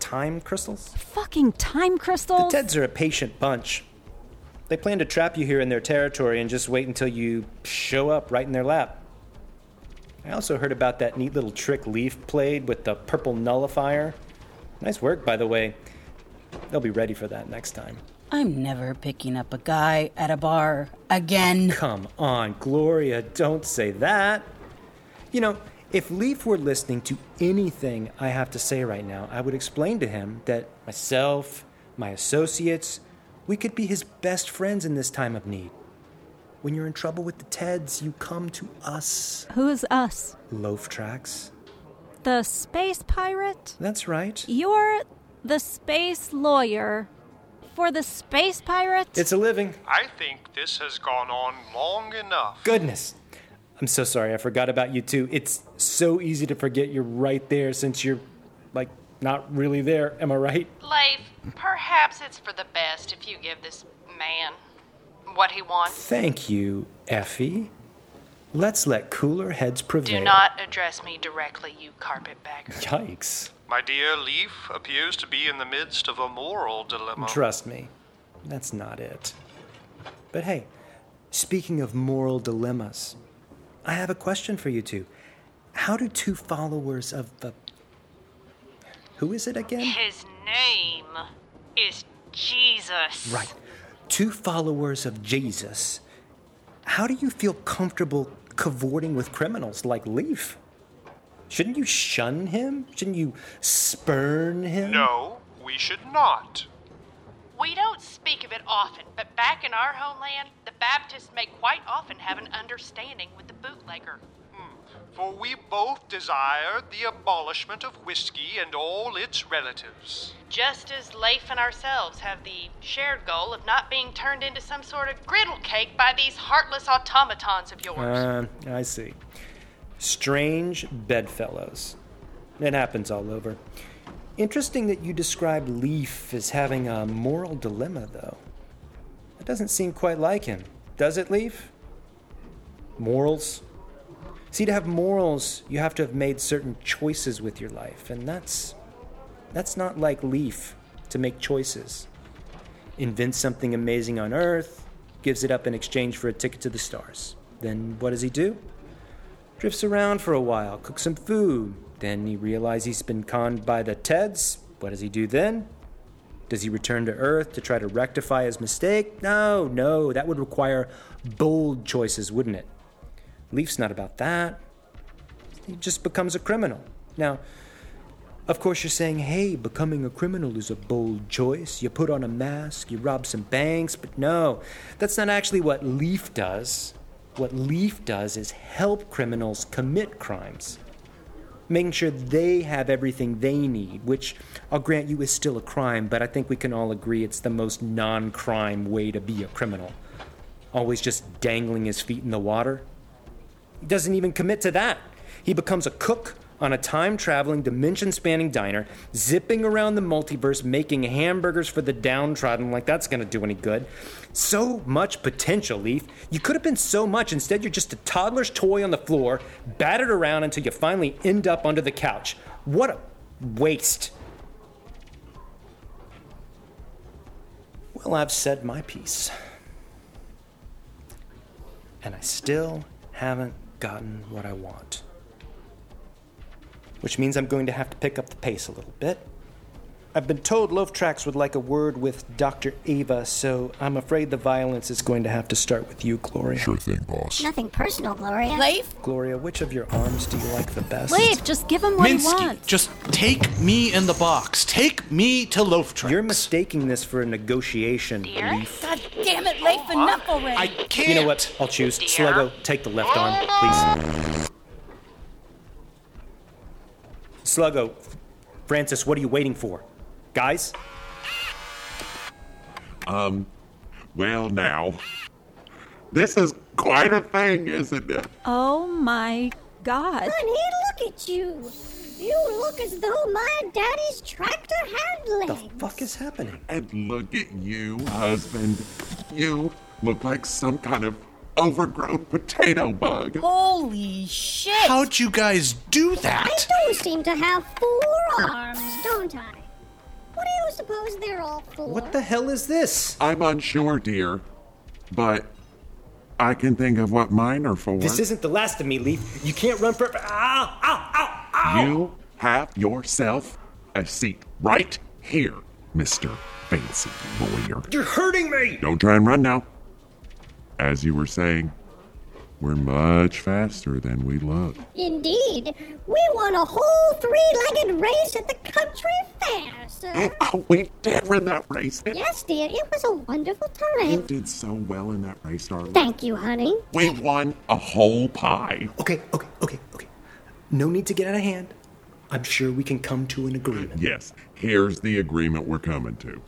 [SPEAKER 5] time crystals.
[SPEAKER 4] Fucking time crystals?
[SPEAKER 5] The Teds are a patient bunch. They plan to trap you here in their territory and just wait until you show up right in their lap. I also heard about that neat little trick Leaf played with the purple nullifier. Nice work, by the way. They'll be ready for that next time.
[SPEAKER 8] I'm never picking up a guy at a bar again.
[SPEAKER 5] Come on, Gloria, don't say that. You know, if Leaf were listening to anything I have to say right now, I would explain to him that myself, my associates, we could be his best friends in this time of need. When you're in trouble with the Teds, you come to us.
[SPEAKER 4] Who is us?
[SPEAKER 5] Loaf tracks.
[SPEAKER 4] The space pirate?
[SPEAKER 5] That's right.
[SPEAKER 4] You're the space lawyer for the space pirate?
[SPEAKER 5] It's a living.
[SPEAKER 10] I think this has gone on long enough.
[SPEAKER 5] Goodness. I'm so sorry. I forgot about you too. It's so easy to forget you're right there since you're, like, not really there. Am I right?
[SPEAKER 11] Leif, perhaps it's for the best if you give this man what he wants.
[SPEAKER 5] Thank you, Effie. Let's let cooler heads prevail.
[SPEAKER 11] Do not address me directly, you carpetbagger.
[SPEAKER 5] Yikes.
[SPEAKER 10] My dear Leaf appears to be in the midst of a moral dilemma.
[SPEAKER 5] Trust me, that's not it. But hey, speaking of moral dilemmas, I have a question for you two. How do two followers of the. Who is it again?
[SPEAKER 11] His name is Jesus.
[SPEAKER 5] Right. Two followers of Jesus. How do you feel comfortable cavorting with criminals like Leaf? Shouldn't you shun him? Shouldn't you spurn him?
[SPEAKER 10] No, we should not.
[SPEAKER 11] We don't speak of it often, but back in our homeland, the Baptists may quite often have an understanding with the bootlegger.
[SPEAKER 10] For we both desire the abolishment of whiskey and all its relatives.
[SPEAKER 11] Just as Leif and ourselves have the shared goal of not being turned into some sort of griddle cake by these heartless automatons of yours.
[SPEAKER 5] Uh, I see. Strange bedfellows. It happens all over. Interesting that you describe Leaf as having a moral dilemma, though. That doesn't seem quite like him, does it, Leaf? Morals? See, to have morals, you have to have made certain choices with your life, and that's. that's not like Leaf to make choices. Invents something amazing on Earth, gives it up in exchange for a ticket to the stars. Then what does he do? Drifts around for a while, cooks some food. Then he realizes he's been conned by the Teds. What does he do then? Does he return to Earth to try to rectify his mistake? No, no, that would require bold choices, wouldn't it? Leaf's not about that. He just becomes a criminal. Now, of course, you're saying, hey, becoming a criminal is a bold choice. You put on a mask, you rob some banks, but no, that's not actually what Leaf does. What Leaf does is help criminals commit crimes, making sure they have everything they need, which I'll grant you is still a crime, but I think we can all agree it's the most non crime way to be a criminal. Always just dangling his feet in the water. He doesn't even commit to that. He becomes a cook, on a time traveling, dimension spanning diner, zipping around the multiverse, making hamburgers for the downtrodden, like that's gonna do any good. So much potential, Leaf. You could have been so much. Instead, you're just a toddler's toy on the floor, battered around until you finally end up under the couch. What a waste. Well, I've said my piece. And I still haven't gotten what I want. Which means I'm going to have to pick up the pace a little bit. I've been told Loaf Tracks would like a word with Dr. Ava, so I'm afraid the violence is going to have to start with you, Gloria.
[SPEAKER 14] Sure thing, boss.
[SPEAKER 15] Nothing personal, Gloria.
[SPEAKER 8] Leaf?
[SPEAKER 5] Gloria, which of your arms do you like the best?
[SPEAKER 4] Leaf, just give him what he
[SPEAKER 9] Minsky,
[SPEAKER 4] wants.
[SPEAKER 9] just take me in the box. Take me to Loaf Tracks.
[SPEAKER 5] You're mistaking this for a negotiation, Leaf.
[SPEAKER 8] God damn it, Leif, enough already. I
[SPEAKER 5] You know what? I'll choose. Sluggo, take the left arm, please. Sluggo, Francis, what are you waiting for? Guys?
[SPEAKER 14] Um, well, now. This is quite a thing, isn't it?
[SPEAKER 4] Oh my god.
[SPEAKER 15] Honey, look at you. You look as though my daddy's tractor had legs.
[SPEAKER 5] fuck is happening?
[SPEAKER 14] And look at you, husband. You look like some kind of overgrown potato bug.
[SPEAKER 8] Holy shit!
[SPEAKER 9] How'd you guys do
[SPEAKER 15] I
[SPEAKER 9] that?
[SPEAKER 15] do seem to have four arms, don't I? What do you suppose they're all for?
[SPEAKER 5] What the hell is this?
[SPEAKER 14] I'm unsure, dear, but I can think of what mine are for.
[SPEAKER 5] This isn't the last of me, Leaf. You can't run forever. Ah, ah.
[SPEAKER 14] You have yourself a seat right here, Mr. Fancy Lawyer.
[SPEAKER 5] You're hurting me!
[SPEAKER 14] Don't try and run now. As you were saying, we're much faster than we look.
[SPEAKER 15] Indeed, we won a whole three-legged race at the country fair, sir.
[SPEAKER 14] Oh, we did win that race.
[SPEAKER 15] yes, dear, it was a wonderful
[SPEAKER 14] You
[SPEAKER 15] time.
[SPEAKER 14] did so well in that race, darling.
[SPEAKER 15] Thank you, honey.
[SPEAKER 14] We won a whole pie.
[SPEAKER 5] Okay, okay, okay, okay. No need to get out of hand. I'm sure we can come to an agreement.
[SPEAKER 14] Yes, here's the agreement we're coming to.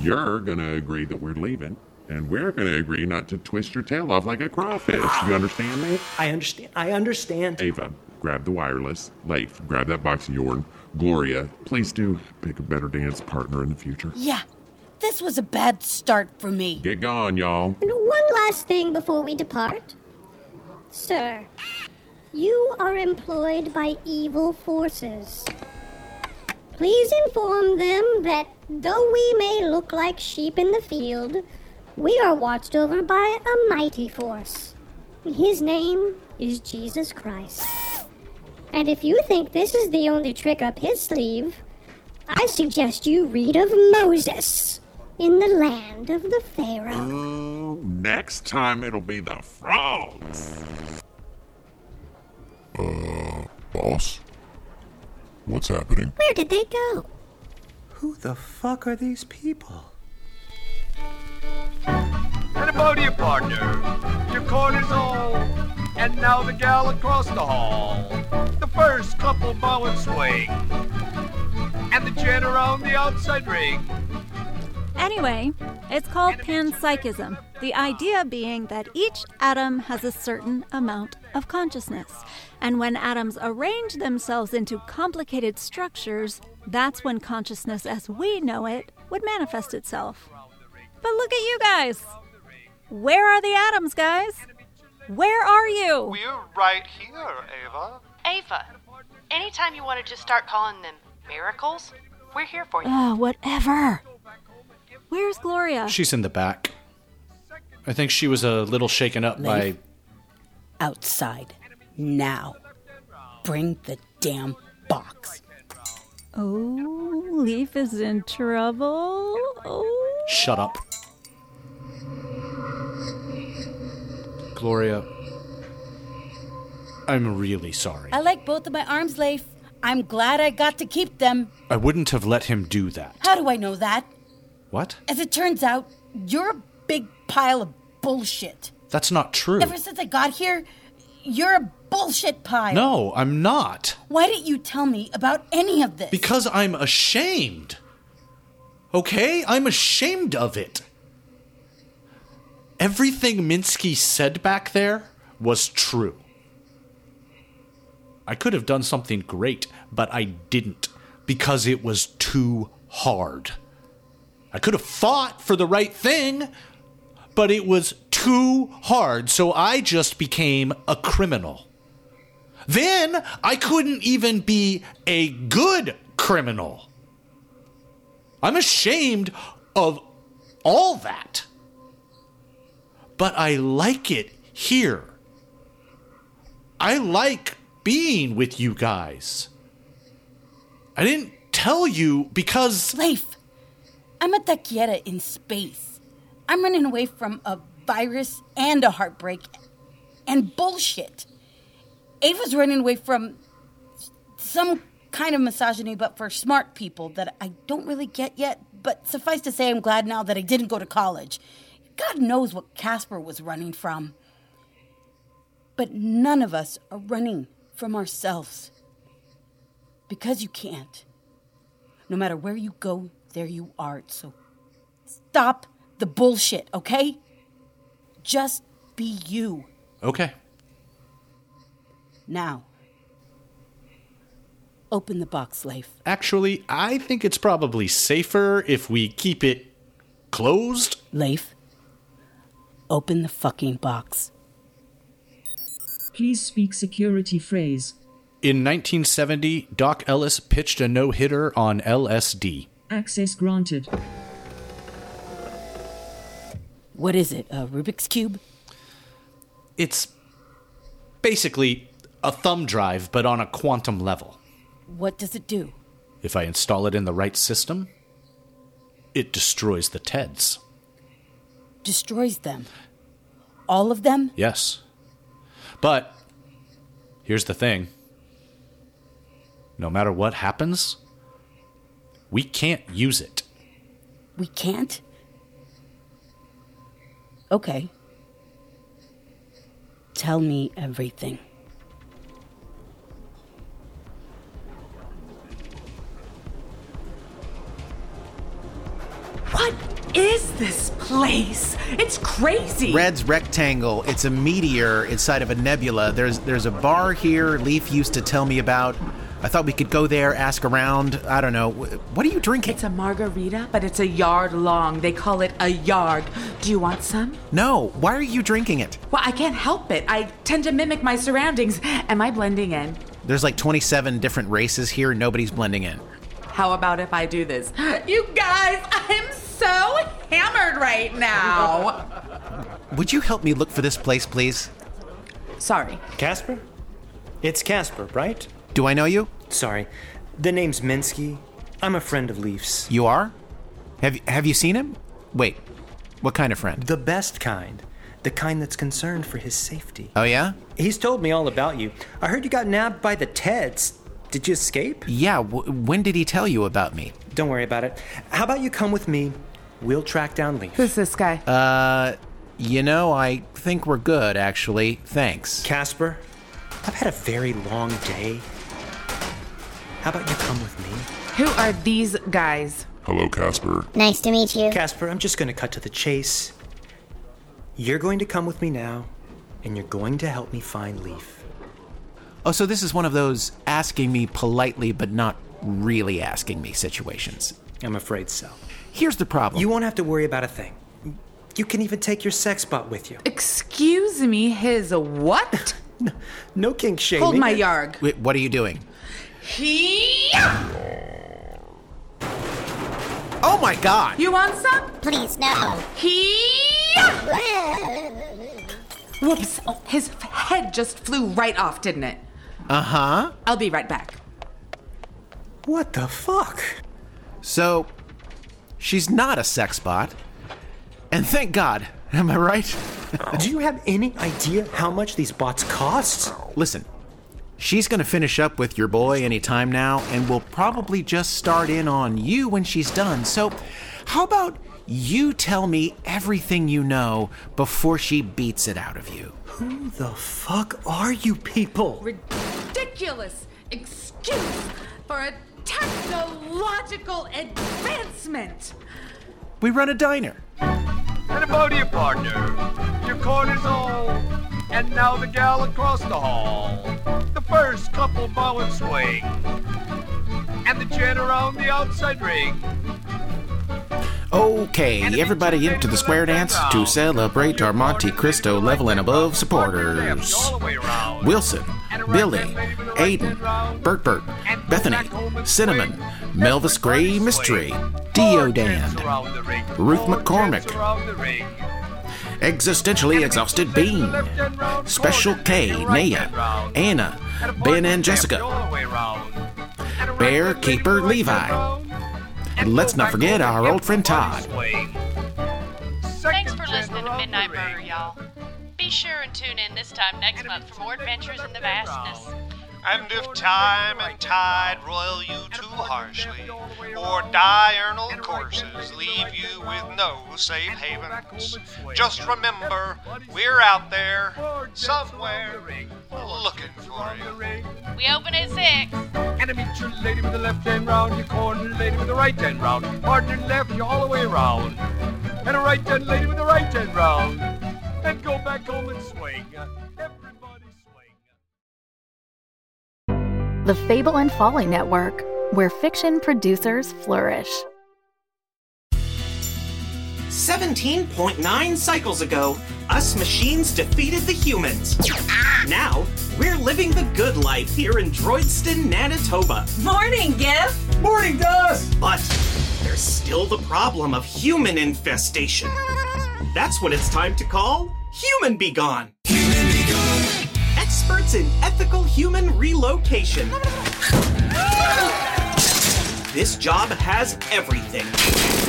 [SPEAKER 14] You're gonna agree that we're leaving, and we're gonna agree not to twist your tail off like a crawfish. You understand me?
[SPEAKER 5] I understand. I understand.
[SPEAKER 14] Ava, grab the wireless. Leif, grab that box of yarn. Gloria, please do pick a better dance partner in the future.
[SPEAKER 8] Yeah, this was a bad start for me.
[SPEAKER 14] Get gone, y'all.
[SPEAKER 15] And one last thing before we depart. Sir, you are employed by evil forces. Please inform them that though we may look like sheep in the field, we are watched over by a mighty force. His name is Jesus Christ. And if you think this is the only trick up his sleeve, I suggest you read of Moses in the land of the Pharaoh.
[SPEAKER 14] Oh, next time it'll be the frogs.
[SPEAKER 15] Uh,
[SPEAKER 14] boss? What's happening?
[SPEAKER 15] Where did they go?
[SPEAKER 5] Who the fuck are these people?
[SPEAKER 16] And about you, partner. Your corner's all. And now the gal across the hall. The first couple bow and swing. And the jet around the outside ring.
[SPEAKER 4] Anyway, it's called panpsychism, the idea being that each atom has a certain amount of consciousness. And when atoms arrange themselves into complicated structures, that's when consciousness as we know it would manifest itself. But look at you guys! Where are the atoms, guys? Where are you?
[SPEAKER 10] We're right here, Ava.
[SPEAKER 11] Ava, anytime you want to just start calling them miracles, we're here for you.
[SPEAKER 4] Oh, whatever. Where's Gloria?
[SPEAKER 9] She's in the back. I think she was a little shaken up by.
[SPEAKER 8] Leif? Outside. Now. Bring the damn box.
[SPEAKER 4] Oh, Leaf is in trouble. Oh.
[SPEAKER 9] Shut up. Gloria, I'm really sorry.
[SPEAKER 8] I like both of my arms, Leif. I'm glad I got to keep them.
[SPEAKER 9] I wouldn't have let him do that.
[SPEAKER 8] How do I know that?
[SPEAKER 9] What?
[SPEAKER 8] As it turns out, you're a big pile of bullshit.
[SPEAKER 9] That's not true.
[SPEAKER 8] Ever since I got here, you're a bullshit pile.
[SPEAKER 9] No, I'm not.
[SPEAKER 8] Why didn't you tell me about any of this?
[SPEAKER 9] Because I'm ashamed. Okay? I'm ashamed of it. Everything Minsky said back there was true. I could have done something great, but I didn't because it was too hard. I could have fought for the right thing, but it was too hard, so I just became a criminal. Then I couldn't even be a good criminal. I'm ashamed of all that. But I like it here. I like being with you guys. I didn't tell you because.
[SPEAKER 8] Leif, I'm a taquera in space. I'm running away from a virus and a heartbreak and bullshit. Abe was running away from some kind of misogyny, but for smart people that I don't really get yet. But suffice to say, I'm glad now that I didn't go to college. God knows what Casper was running from. But none of us are running from ourselves. Because you can't. No matter where you go, there you are. So stop the bullshit, okay? Just be you.
[SPEAKER 9] Okay.
[SPEAKER 8] Now, open the box, Leif.
[SPEAKER 9] Actually, I think it's probably safer if we keep it closed.
[SPEAKER 8] Leif, open the fucking box.
[SPEAKER 13] Please speak security phrase.
[SPEAKER 9] In 1970, Doc Ellis pitched a no hitter on LSD.
[SPEAKER 13] Access granted.
[SPEAKER 8] What is it, a Rubik's Cube?
[SPEAKER 9] It's basically a thumb drive, but on a quantum level.
[SPEAKER 8] What does it do?
[SPEAKER 9] If I install it in the right system, it destroys the E TEDs.
[SPEAKER 8] Destroys them. All of them?
[SPEAKER 9] Yes. But here's the thing no matter what happens, we can't use it.
[SPEAKER 8] We can't? Okay. Tell me everything.
[SPEAKER 6] What is this place? It's crazy.
[SPEAKER 1] Red's rectangle. It's a meteor inside of a nebula. There's there's a bar here. Leaf used to tell me about. I thought we could go there, ask around. I don't know. Wh- What are you drinking?
[SPEAKER 6] It's a margarita, but it's a yard long. They call it a yard. Do you want some?
[SPEAKER 1] No. Why are you drinking it?
[SPEAKER 6] Well, I can't help it. I tend to mimic my surroundings. Am I blending in?
[SPEAKER 1] There's like 27 different races here. Nobody's blending in.
[SPEAKER 6] How about if I do this? You guys, I'm so hammered right now.
[SPEAKER 1] Would you help me look for this place, please?
[SPEAKER 6] Sorry.
[SPEAKER 5] Casper? It's Casper, right?
[SPEAKER 1] Do I know you?
[SPEAKER 5] Sorry. The name's Minsky. I'm a friend of Leaf's.
[SPEAKER 1] You are? Have Have you seen him? Wait. What kind of friend?
[SPEAKER 5] The best kind. The kind that's concerned for his safety.
[SPEAKER 1] Oh yeah.
[SPEAKER 5] He's told me all about you. I heard you got nabbed by the Teds. Did you escape?
[SPEAKER 1] Yeah. W- when did he tell you about me?
[SPEAKER 5] Don't worry about it. How about you come with me? We'll track down Leaf.
[SPEAKER 6] Who's this guy?
[SPEAKER 1] Uh, you know, I think we're good, actually. Thanks.
[SPEAKER 5] Casper, I've had a very long day. How about you come with me?
[SPEAKER 6] Who are these guys?
[SPEAKER 14] Hello, Casper.
[SPEAKER 15] Nice to meet you.
[SPEAKER 5] Casper, I'm just going to cut to the chase. You're going to come with me now, and you're going to help me find Leaf.
[SPEAKER 1] Oh, so this is one of those asking me politely but not really asking me situations.
[SPEAKER 5] I'm afraid so.
[SPEAKER 1] Here's the problem.
[SPEAKER 5] You won't have to worry about a thing. You can even take your sex bot with you.
[SPEAKER 6] Excuse me, his what?
[SPEAKER 5] No kink shaming.
[SPEAKER 6] Hold my yarg.
[SPEAKER 1] Wait, what are you doing?
[SPEAKER 6] He.
[SPEAKER 1] Oh my god!
[SPEAKER 6] You want some?
[SPEAKER 15] Please, no.
[SPEAKER 6] He. Whoops. Oh, His head just flew right off, didn't it?
[SPEAKER 1] Uh huh.
[SPEAKER 6] I'll be right back.
[SPEAKER 5] What the fuck?
[SPEAKER 1] So, she's not a sex bot. And thank God, am I right?
[SPEAKER 5] Do you have any idea how much these bots cost?
[SPEAKER 1] Listen, she's gonna finish up with your boy anytime now, and will probably just start in on you when she's done. So, how about you tell me everything you know before she beats it out of you?
[SPEAKER 5] Who the fuck are you people?
[SPEAKER 6] Ridiculous excuse for a technological advancement.
[SPEAKER 1] We run a diner.
[SPEAKER 16] And about your partner, your corn is all, and now the gal across the hall. The first couple bow and swing, and the jet around the outside ring.
[SPEAKER 1] Okay, everybody into the square dance to celebrate our Monte Cristo level and above supporters. Wilson, Billy, Aiden, Bert Bert, Bethany, Cinnamon, Melvis Gray Mystery, Deodan, Ruth McCormick,
[SPEAKER 16] Around the ring.
[SPEAKER 1] Existentially Exhausted Bean, Special K, Naya, Anna, Ben and Jessica, Bear Keeper Levi. And let's not forget our old friend Todd.
[SPEAKER 11] Thanks for listening to Midnight Murder, y'all. Be sure and tune in this time next month for more adventures in the vastness.
[SPEAKER 10] And if time and tide roil you too harshly, or diurnal courses leave you with no safe havens, just remember we're out there somewhere looking for you.
[SPEAKER 11] We open at 6.
[SPEAKER 16] And I meet your lady with the left hand round, your corner lady with the right hand round, partner left, you all the way round, and a right hand lady with the right hand round, and go back home and swing. Everybody swing.
[SPEAKER 17] The Fable and Folly Network, where fiction producers flourish.
[SPEAKER 18] 17.9 cycles ago, us machines defeated the humans. Now, we're living the good life here in Droidston, Manitoba.
[SPEAKER 19] Morning, Giff!
[SPEAKER 18] Morning, Dust! But there's still the problem of human infestation. That's what it's time to call Human Be Gone. Experts in ethical human relocation. This job has everything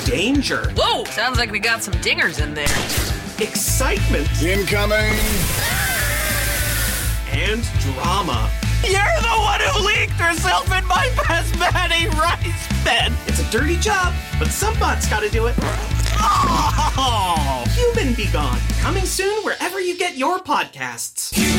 [SPEAKER 18] danger,
[SPEAKER 19] Whoa, sounds like we got some dingers in there.
[SPEAKER 18] excitement,
[SPEAKER 20] Incoming!
[SPEAKER 18] and drama. You're the one who leaked herself in my basmati rice bed. It's a dirty job, but somebody's got to do it. Oh, human be gone. Coming soon wherever you get your podcasts.